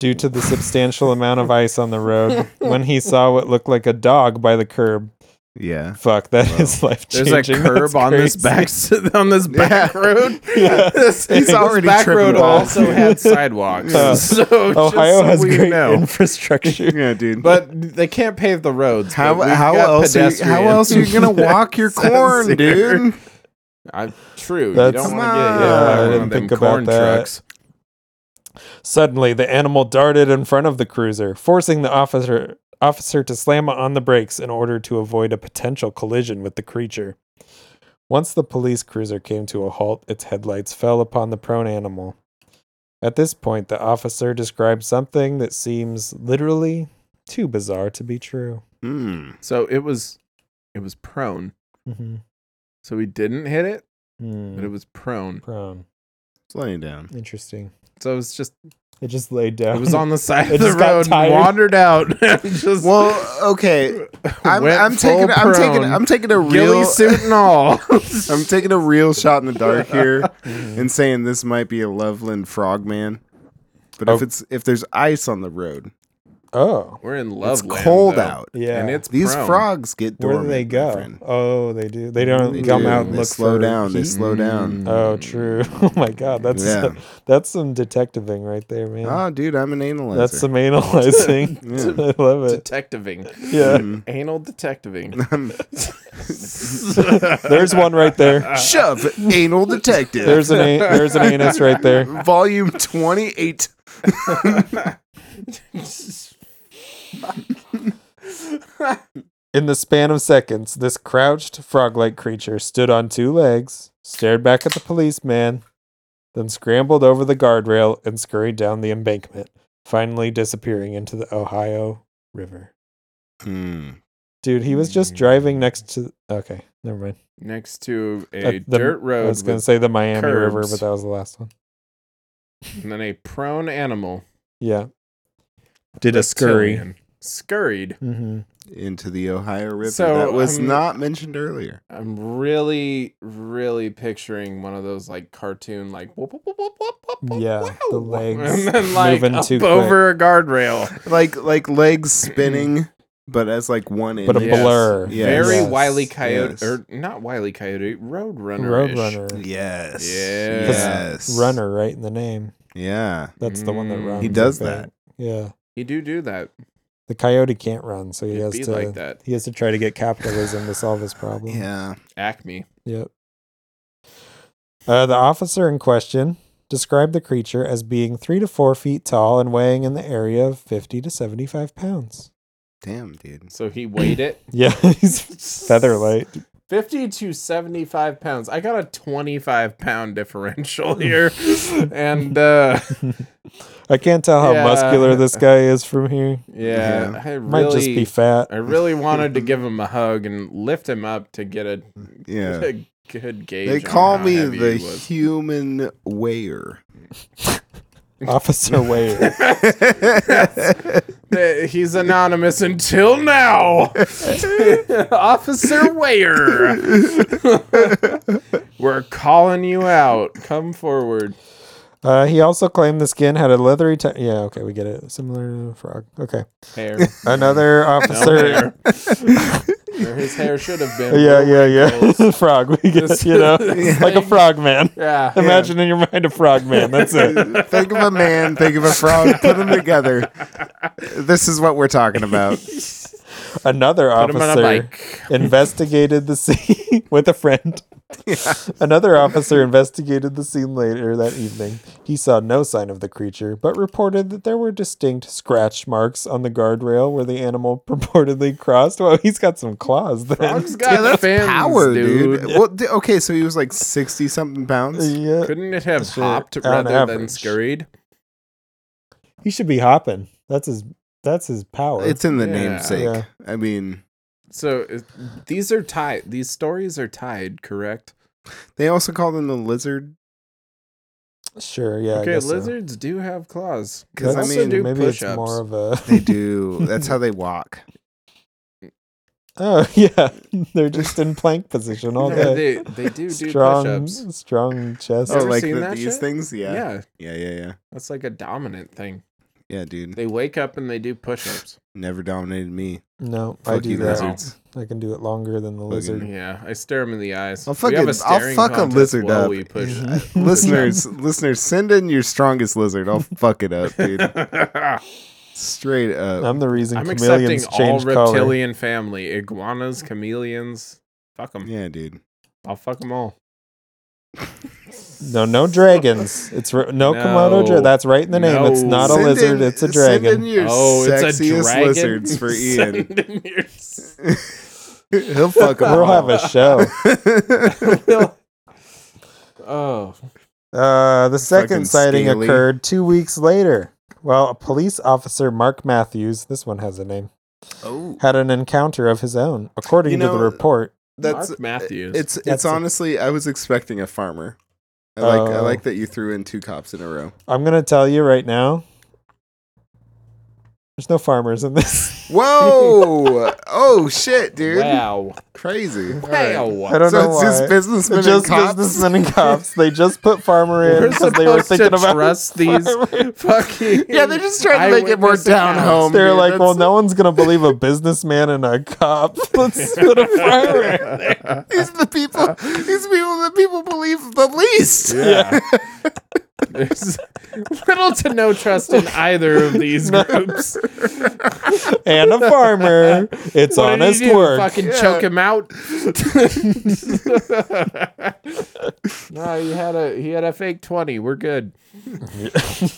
B: Due to the substantial amount of ice on the road, when he saw what looked like a dog by the curb.
A: Yeah.
B: Fuck, that
A: Wow.
B: life
C: There's
B: changing.
C: a curb on this back on this back
A: Yeah.
C: road.
B: Yeah.
C: This,
A: He's
C: this
A: already
C: back road
A: tripping balls.
C: also had sidewalks.
B: Uh,
C: so
B: Ohio
C: just so
B: has
C: we
B: great
C: know.
B: infrastructure.
A: Yeah, dude.
C: but they can't pave the roads. but
A: how
C: we've
A: how
C: got
A: else are you, how
C: pedestrian-
A: else are you gonna walk your corn,
C: here.
A: dude?
C: I, true.
B: That's-
C: you don't
A: Come
C: want to get
A: on.
C: hit
A: Yeah,
C: by
A: I
C: one
B: didn't
C: of them
B: think about
C: corn
B: that.
C: trucks.
B: Suddenly, the animal darted in front of the cruiser, forcing the officer officer to slam on the brakes in order to avoid a potential collision with the creature. Once the police cruiser came to a halt, its headlights fell upon the prone animal. At this point, the officer described something that seems literally too bizarre to be true.
A: Mm.
C: So it was, it was prone.
B: Mm-hmm. Hmm.
C: So we didn't hit it, but
B: Mm.
C: it was prone.
B: prone.
A: It's laying down.
B: Interesting.
C: So it was just,
B: It just laid down.
C: it was on the side
B: It
C: of the
B: just got
C: road, and
B: tired.
C: wandered out, and just
A: Well, okay. I'm,
C: went
A: I'm
C: full
A: taking I'm taking
C: prone.
A: I'm taking a
C: Gilly
A: real
C: suit and all.
A: I'm taking a real shot in the dark here
B: Mhm.
A: and saying this might be a Loveland frogman. But
B: Oh.
A: if it's if there's ice on the road,
B: Oh,
C: We're in love.
A: It's cold
C: though.
A: out.
B: yeah.
C: And it's
A: These
C: prone.
A: frogs get
B: where
A: dormant.
B: do they
A: my
B: go?
A: friend.
B: Oh, they do. They don't
A: They
B: come
A: do.
B: out and
A: Mm-hmm. They
B: look
A: slow
B: for
A: down. They
B: heat?
A: slow down.
C: Mm.
B: Oh, true. Oh my God, that's
A: Yeah.
B: that's some detectiving right there, man.
A: Oh, dude, I'm an analyzer.
B: that's some analyzing.
A: Yeah.
B: I love it.
C: detectiving.
B: Yeah,
A: Mhm.
C: Anal detectiving.
A: I'm-
B: there's one right there.
A: Shove anal detective.
B: There's an a- there's an anus right there.
A: volume 28.
B: In the span of seconds, this crouched frog-like creature stood on two legs, stared back at the policeman, then scrambled over the guardrail and scurried down the embankment, finally disappearing into the Ohio River.
A: Hmm.
B: Dude, he was
C: Hmm.
B: just driving next to. Okay, never mind.
C: Next to
B: Uh,
C: a
B: the-
C: dirt road
B: I was going to
C: with-
B: say the Miami River,
C: curbs.
B: but that was the last one.
C: and then a prone animal.
B: Yeah. Did a scurry.
C: reptilian, Scurried.
B: hmm
A: Into the Ohio River.
C: So,
A: that was
C: um,
A: not mentioned earlier.
C: I'm really, really picturing one of those like cartoon, like whoop, whoop, whoop, whoop, whoop, whoop, whoop,
B: Yeah,
C: wow.
B: the legs
C: and then like
B: moving
C: up
B: too quick.
C: over a guardrail.
A: Like like legs spinning, but as like one
B: But a
A: image.
C: Yes.
B: blur.
A: Yes.
C: Very
A: Yes.
C: wily coyote,
A: Yes.
C: or not wily coyote, roadrunner.
B: Roadrunner.
A: Yes.
C: Yeah.
A: Yes.
B: Runner, right in the name.
A: Yeah.
B: That's the one that
C: Mm.
B: runs.
A: He
B: I
A: does
B: think.
A: that.
B: Yeah.
C: You do do that.
B: The coyote can't run, so he
C: It'd
B: has
C: be
B: to.
C: like that.
B: He has to try to get capitalism to solve his problem.
A: Yeah.
C: Acme.
B: Yep. Uh, the officer in question described the creature as being three to four feet tall and weighing in the area of 50 to 75 pounds.
A: Damn, dude.
C: So he weighed it
B: Yeah, he's featherlight.
C: 50 to 75 pounds. I got a 25 pound differential here. and uh
B: I can't tell how
C: Yeah.
B: muscular this guy is from here.
C: yeah,
A: Yeah.
C: I
B: Might just be
C: really
B: fat.
C: I really wanted to give him a hug and lift him up to get a,
A: Yeah.
C: a good gauge.
A: They
C: on
A: call
C: how
A: me
C: heavy
A: the
C: he was.
A: human weigher.
B: Officer Wade.
C: Uh, He's anonymous until now. Officer Weyer. We're calling you out. Come forward.
B: Uh, he also claimed the skin had a leathery. T- yeah, okay, we get it. Similar to a frog. Okay.
C: Hair.
B: Another
C: No
B: officer.
C: hair. Where his hair should have been.
B: yeah, yeah, yeah. frog. We get it, you know,
C: This
B: like a
C: thing-
B: frog man.
C: Yeah.
B: Imagine in your mind a frog man. That's it.
A: think of a man, think of a frog, put them together. This is what we're talking about.
B: Another
C: Put him on a
B: officer
C: bike.
B: investigated the scene with a friend. Another officer investigated the scene later that evening. He saw no sign of the creature, but reported that there were distinct scratch marks on the guardrail where the animal purportedly crossed. Well, he's got some claws then.
C: Frog's
A: Yeah,
C: got
A: that's
C: fins,
A: power, dude.
C: dude.
A: Well, d- okay, so he was like sixty something pounds.
B: Yeah.
C: Couldn't it have
B: Shit,
C: hopped
B: on
C: rather than
B: average.
C: scurried?
B: He should be hopping. That's his that's his power.
A: It's in the
C: Yeah.
A: namesake.
B: Yeah.
A: I mean,
C: So is- these are tied. These stories are tied, correct?
A: they also call them the lizard
B: sure, yeah. I
C: okay,
B: guess so.
C: lizards do have claws.
A: because I
B: That's-
C: Also
A: mean,
C: do
B: maybe it's
C: push-ups.
B: more of a
A: they do. That's how they walk.
B: Oh yeah, they're just in plank position all
C: Yeah,
B: day.
C: they, they do do
B: strong,
C: push-ups.
B: strong chest.
A: Oh,
C: Ever
A: like
C: seen
A: the,
C: that
A: these
C: shit?
A: things? Yeah.
C: Yeah.
A: yeah, yeah, yeah, yeah,
C: that's like a dominant thing.
A: dude.
C: They wake up and they do push-ups.
A: Never dominated me.
B: No, I
A: Fuck
B: do
A: you,
B: that.
A: lizards.
B: I can do it longer than the lizard.
C: Yeah, I stare them in the eyes.
A: I'll
C: We
A: fucking,
C: have a
A: I'll
C: staring
A: fuck a
C: contest
A: lizard
C: while
A: up.
C: We push.
A: Yeah. listeners, listeners, send in your strongest lizard. I'll fuck it up, dude. Straight up.
B: I'm the reason
C: I'm accepting
B: chameleons
C: all
B: change color.
C: reptilian family: iguanas, chameleons. Fuck them.
A: yeah, dude.
C: I'll fuck them all.
B: No, no dragons. It's re- no,
C: No.
B: Komodo dragon. That's right in the name. It's
C: No.
B: not a
A: Send
B: lizard.
A: in-
B: it's a
A: Send in
B: dragon.
A: your
C: oh, it's a
A: sexiest
C: dragon.
A: lizards for Ian.
C: Send in your-
A: He'll fuck them
B: We'll have
A: all.
B: a show.
C: oh,
B: Uh,
A: Fucking
B: the second sighting
A: scaly.
B: occurred two weeks later. Well, a police officer, Mark Matthews, this one has a name,
A: oh,
B: had an encounter of his own. According
A: You
B: to
A: know,
C: uh,
B: the report,
A: that's
C: Mark Matthews.
A: it's it's
B: That's a-
A: honestly I was expecting a farmer. I like I
B: Oh.
A: like that you threw in two cops in a row.
B: I'm gonna tell you right now. There's no farmers in this.
A: Whoa! oh shit, dude!
C: Wow.
A: Crazy. All right.
C: Wow.
B: I don't
A: So
B: know
A: it's
B: why.
A: just businessmen
B: It's just
A: and cops.
B: businessmen and cops. They just put farmer in
C: We're
B: because they were
C: supposed
B: thinking
C: to
B: about
C: trust these fucking.
A: Yeah, they're just trying to make it more
C: eyewitness
A: down
C: accounts.
A: home.
B: They're
A: dude.
B: like, well,
A: That's-
B: no one's gonna believe a businessman and a cop. Let's put a farmer in there.
A: These are the people. These people that people believe the least.
C: Yeah. There's little to no trust in either of these groups.
B: and a farmer.
C: What did
B: It's
C: he
B: honest
C: do?
B: work.
C: Fucking
A: Yeah.
C: choke him out. no, he had a he had a fake twenty. We're good.
B: Shit.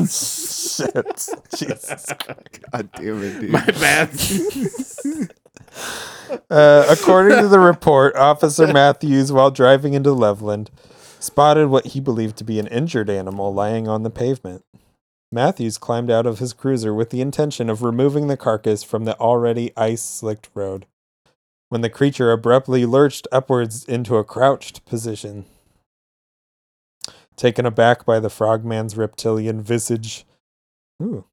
B: Jesus.
A: God damn it, dude.
C: My bad.
B: Uh, according to the report, Officer Matthews, while driving into Loveland, spotted what he believed to be an injured animal lying on the pavement. Matthews climbed out of his cruiser with the intention of removing the carcass from the already ice slicked road. When the creature abruptly lurched upwards into a crouched position. Taken aback by the frogman's reptilian visage, Ooh.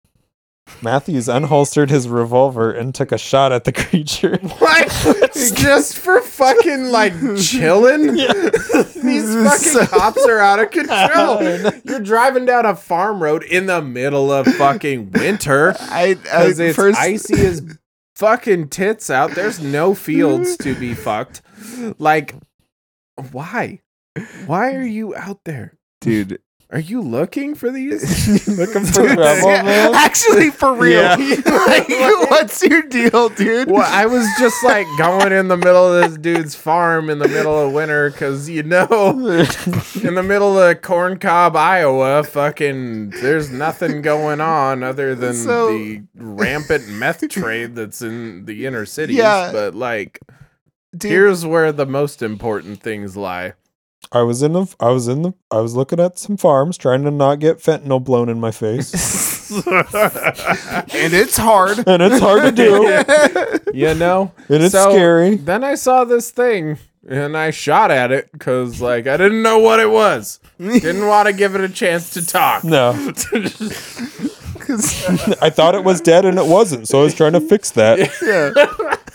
B: Matthews unholstered his revolver and took a shot at the creature.
C: What? Just for fucking like chilling? These
A: So-
C: fucking cops are out of control. You're driving down a farm road in the middle of fucking winter
A: I, I
C: because it's
A: first
C: icy as fucking tits out. There's no fields to be fucked. Like, why? Why are you out there?
A: dude.
C: Are you looking for these?
B: Looking for trouble,
A: Yeah,
B: man.
A: Actually, for real.
B: Yeah.
A: Like, what's your deal, dude?
C: Well, I was just like going in the middle of this dude's farm in the middle of winter because you know, in the middle of corn cob, Iowa, fucking, there's nothing going on other than
A: So-
C: the rampant meth trade that's in the inner cities.
A: Yeah.
C: But like,
A: Dude,
C: here's where the most important things lie.
B: I was in the I was in the I was looking at some farms trying to not get fentanyl blown in my face.
A: and it's hard.
B: And it's hard to do. And
C: you know?
B: it's scary.
C: Then I saw this thing and I shot at it because, like, I didn't know what it was. Didn't want to give it a chance to talk.
B: No.
A: Cause,
B: I thought it was dead and it wasn't, so I was trying to fix that.
A: yeah,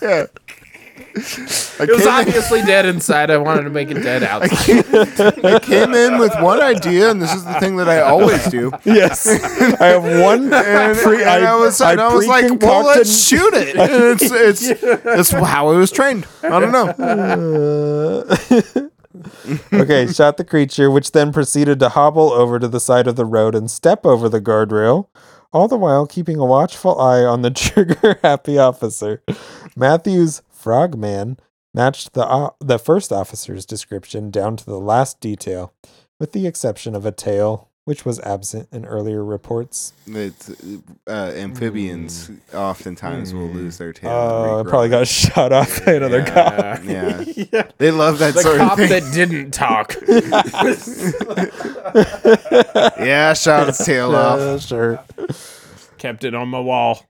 A: yeah. I
C: It was
A: came, in,
C: obviously dead inside. I wanted to make it dead outside.
A: I came in with one idea, and this is the thing that I always do.
B: Yes. I have one
A: And,
B: pre
A: and I, was, and I was like, "Well,
B: pre-concocted-
A: let's shoot it." And it's it's that's how I was trained. I don't know.
B: Uh, okay, shot the creature, which then proceeded to hobble over to the side of the road and step over the guardrail, all the while keeping a watchful eye on the trigger happy officer. Matthews Frogman matched the, o- the first officer's description down to the last detail, with the exception of a tail, which was absent in earlier reports.
A: It's, uh, amphibians oftentimes will lose their tail.
B: Oh,
A: and
B: it probably
A: regrow
B: got shot off by another cop.
C: Uh,
A: Yeah. They love that
C: the
A: sort
C: cop
A: of thing.
C: that didn't talk.
A: yeah, shot its tail
B: Uh,
A: off.
B: sure.
C: Kept it on my wall.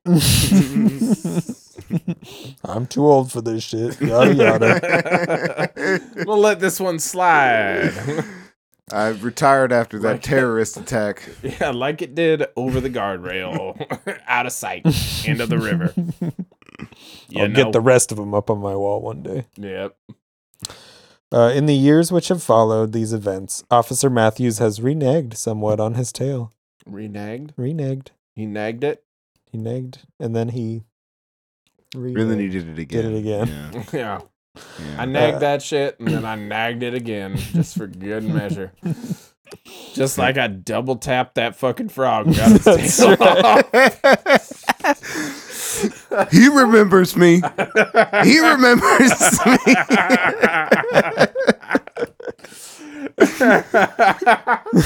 B: I'm too old for this shit. Yada yada.
C: I'm gonna let this one slide.
A: I retired after that
C: Like-
A: terrorist attack.
C: Yeah, like it did over the guardrail, out of sight, into the river. You
B: I'll get the
C: know.
B: rest of them up on my wall one day.
C: Yep.
B: Uh, in the years which have followed these events, Officer Matthews has reneged somewhat on his tail.
C: Reneged.
B: Reneged.
C: He nagged it.
B: He negged. And then he. Reneged.
A: And then he did it again.
B: it again.
A: Yeah,
C: Yeah.
A: yeah.
C: I nagged that shit and then I nagged it again just for good measure. Just like I double tapped that fucking frog. and Got its
B: That's
C: tail
B: right.
C: off.
A: he remembers me. He remembers me.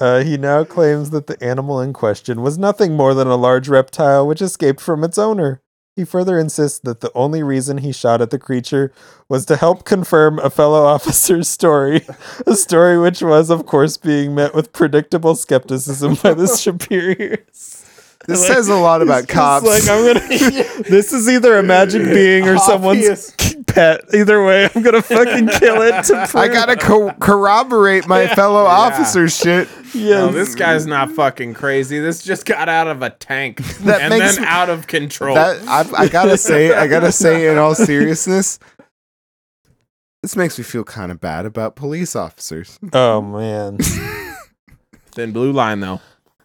B: Uh, he now claims that the animal in question was nothing more than a large reptile which escaped from its owner. He further insists that the only reason he shot at the creature was to help confirm a fellow officer's story, a story which was, of course, being met with predictable skepticism by the superiors.
A: This says a lot about
B: It's
A: cops.
B: Like I'm gonna, this is either a magic being or someone's
C: Obvious.
B: pet. Either way, I'm gonna fucking kill it. To prove.
A: I gotta co- corroborate my fellow officers' shit.
B: Yes.
C: No, Oh, this guy's not fucking crazy. This just got out of a tank
A: That
C: and
A: makes
C: then
A: me-
C: out of control.
A: That I've, I gotta say, I gotta say, in all seriousness, this makes me feel kind of bad about police officers.
B: oh man,
C: Thin blue line though.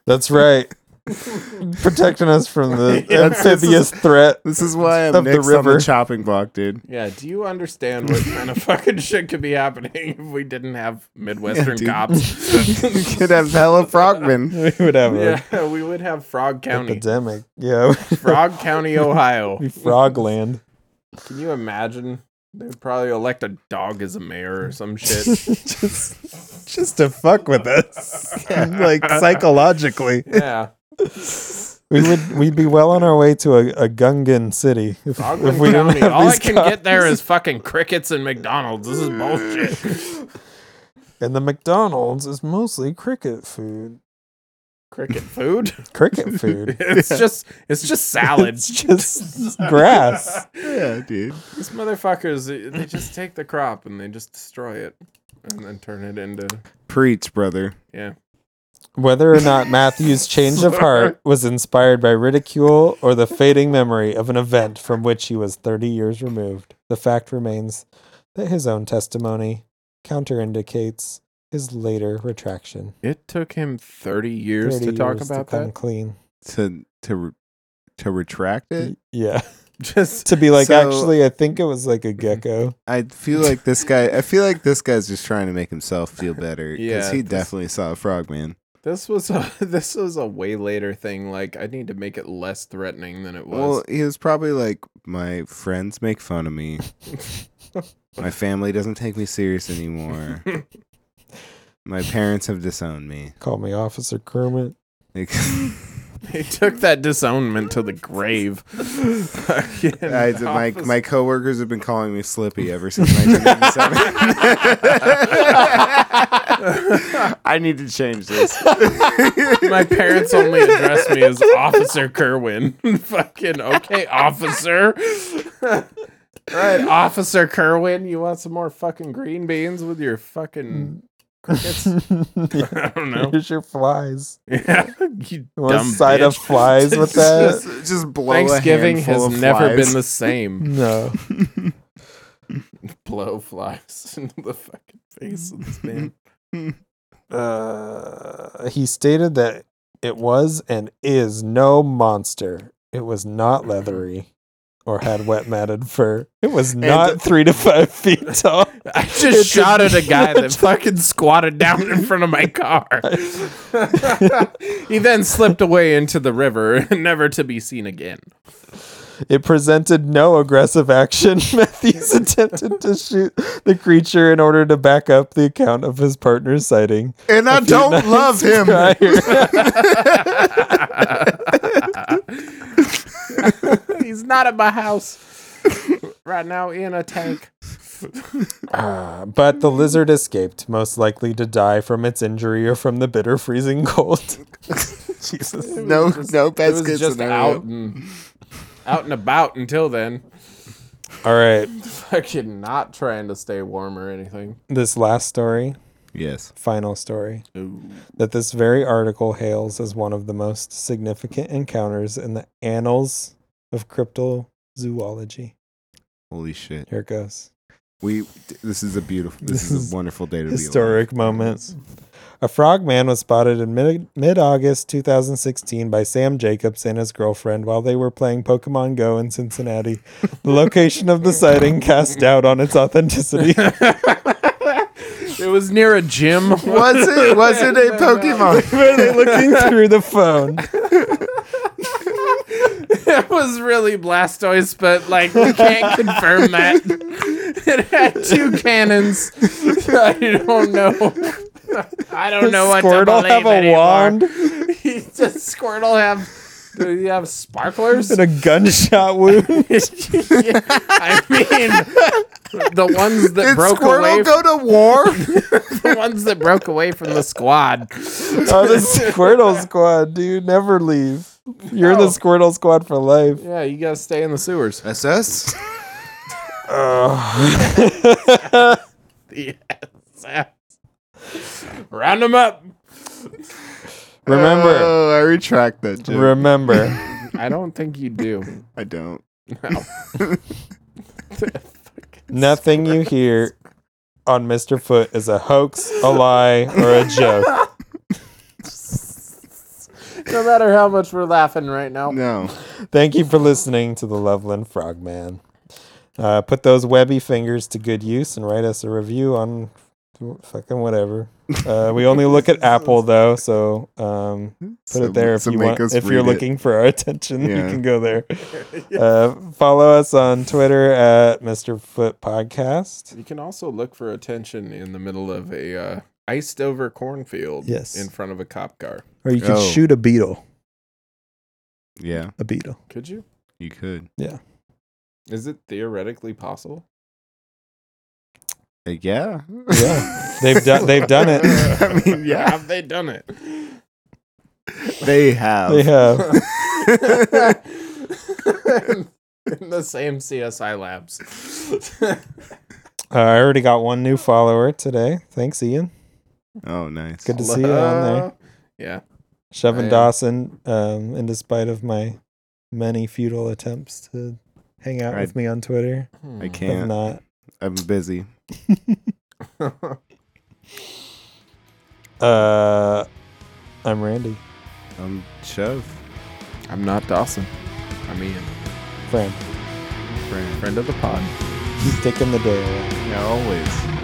B: that's right. Protecting us from the
A: Yes, this
B: amphibious threat.
A: This is why I'm
B: Of the
A: next on
B: river.
A: the chopping block, dude.
C: Yeah, do you understand what kind of fucking shit could be happening if we didn't have Midwestern
A: dude. You
C: cops?
A: could have hella frogmen.
B: We would have a
C: yeah, we would have Frog County.
B: epidemic. Yeah,
C: Frog County, Ohio.
B: be Frogland.
C: Can you imagine? They'd probably elect a dog as a mayor or some shit.
B: just, just to fuck with us, like psychologically.
C: Yeah.
B: We would we'd be well on our way to a, a Gungan city if,
C: Ogden
B: if we don't
C: County.
B: have
C: All I
B: these
C: can
B: cops.
C: get there is fucking crickets and McDonald's. This is bullshit.
B: And the McDonald's is mostly cricket food.
C: Cricket food?
B: Cricket food.
C: It's just it's just salad.
B: it's just grass.
A: Yeah, dude.
C: These motherfuckers, they- they just take the crop and they just destroy it and then turn it into
A: Preach, brother.
C: yeah.
B: Whether or not Matthew's change of heart was inspired by ridicule or the fading memory of an event from which he was 30 years removed, the fact remains that his own testimony counterindicates his later retraction.
C: It took him 30 years
B: 30
C: to talk
B: years
C: about
B: come
C: that.
B: clean.
A: To to re- to retract
B: Y-
A: it,
B: Yeah.
C: Just
B: to be like,
A: So-
B: actually, I think it was like a gecko.
A: I feel like this guy. I feel like this guy's just trying to make himself feel better because
C: Yeah,
A: he
C: this-
A: definitely saw a frogman.
C: this was a this was a way later thing like I need to make it less threatening than it
A: Well,
C: was.
A: he was probably like, my friends make fun of me. my family doesn't take me serious anymore. my parents have disowned me.
B: Call me Officer Kermit.
A: Like,
C: he took that disownment to the grave. Fucking
A: I, my
C: office-
A: my coworkers have been calling me Slippy ever since 1987. I need to change this.
C: My parents only address me as Officer Kerwin. Fucking okay, officer. All right, Officer Kerwin, you want some more fucking green beans with your fucking crickets? I don't know.
B: Here's your flies.
C: Yeah, you
B: You want a
C: dumb
B: side of
C: bitch.
B: flies with
A: just,
B: that?
A: just blow.
C: Thanksgiving
A: a
C: has
A: handful of
C: never
A: flies.
C: been the same.
B: No.
C: Blow flies into the fucking face of this man.
B: Uh, he stated that it was and is no monster. It was not leathery or had wet matted fur. It was not three to five feet tall.
C: I just shot at a guy that fucking squatted down in front of my car. he then slipped away into the river, never to be seen again.
B: It presented no aggressive action. Matthews attempted to shoot the creature in order to back up the account of his partner's sighting.
A: and I don't love him.
C: He's not at my house right now in a tank.
B: Ah, but the lizard escaped, most likely to die from its injury or from the bitter freezing cold. Jesus.
A: No, no
C: It
A: best
C: was
A: case
C: just
A: scenario.
C: out and out and about until then.
B: All right,
C: Fucking not trying to stay warm or anything.
B: this last story,
A: Yes.
B: final story, that this very article hails as one of the most significant encounters in the annals of cryptozoology.
A: Holy shit.
B: Here it goes.
A: We. This is a beautiful. This,
B: This
A: is,
B: is
A: a wonderful day to
B: Historic
A: be alive.
B: moments. A frogman was spotted in mid- mid-August 2016 by Sam Jacobs and his girlfriend while they were playing Pokemon Go in Cincinnati. The location of the sighting cast doubt on its authenticity.
C: It was near a gym.
A: Was it? Was it a Pokemon?
B: Were they looking through the phone?
C: It was really Blastoise, but like we can't confirm that. It had two cannons. I don't know. I don't know what to
B: Squirtle
C: believe
B: have a
C: anymore.
B: wand
C: Does Squirtle have? Do you have sparklers?
B: and a gunshot wound.
C: I mean, the ones that
A: Did
C: broke away,
A: Squirtle go to war?
C: the ones that broke away from the squad.
B: oh, the Squirtle Squad, dude, never leave. You're in the
C: No.
B: Squirtle Squad for life.
C: Yeah, you gotta stay in the sewers.
A: That's us.
B: Ugh.
D: Yes. Round them up.
B: remember,
A: Oh, I retract that joke.
B: remember.
D: I don't think you do.
A: I don't.
B: Nothing you hear on Mr. Foot is a hoax, a lie, or a joke.
D: No matter how much we're laughing right now.
A: No.
B: Thank you for listening to the Loveland Frogman. Uh, put those webby fingers to good use and write us a review on fucking whatever. Uh, we only look at Apple though, so um, put it there if you want. If you're looking for our attention,
A: Yeah.
B: you can go there. Uh, follow us on Twitter at Mr. Foot Podcast.
D: You can also look for attention in the middle of a uh, iced over cornfield
B: Yes.
D: in front of a cop car.
B: Or you
A: can Oh. shoot
B: a beetle.
A: Yeah,
B: A beetle.
D: Could you?
A: you could.
D: Is it theoretically possible?
A: Uh, yeah.
B: Yeah. They've done- they've done it.
A: I mean, yeah.
D: Have they done it?
A: They have.
B: They have. Uh,
D: in the same CSI labs.
B: Uh, I already got one new follower today. Thanks, Ian.
A: Oh, nice.
B: Good to see you on there.
D: Yeah.
B: Shoving
D: Yeah.
B: Dawson, um, in despite of my many futile attempts to hang out
A: I-
B: with me on Twitter,
A: I
B: have
A: can't.
B: not.
A: I'm busy.
B: Uh, I'm Randy.
A: I'm Chev.
D: I'm not Dawson. I'm Ian.
B: Friend,
A: Friend.
D: Friend of the pod.
B: taking the day away.
A: Yeah, always.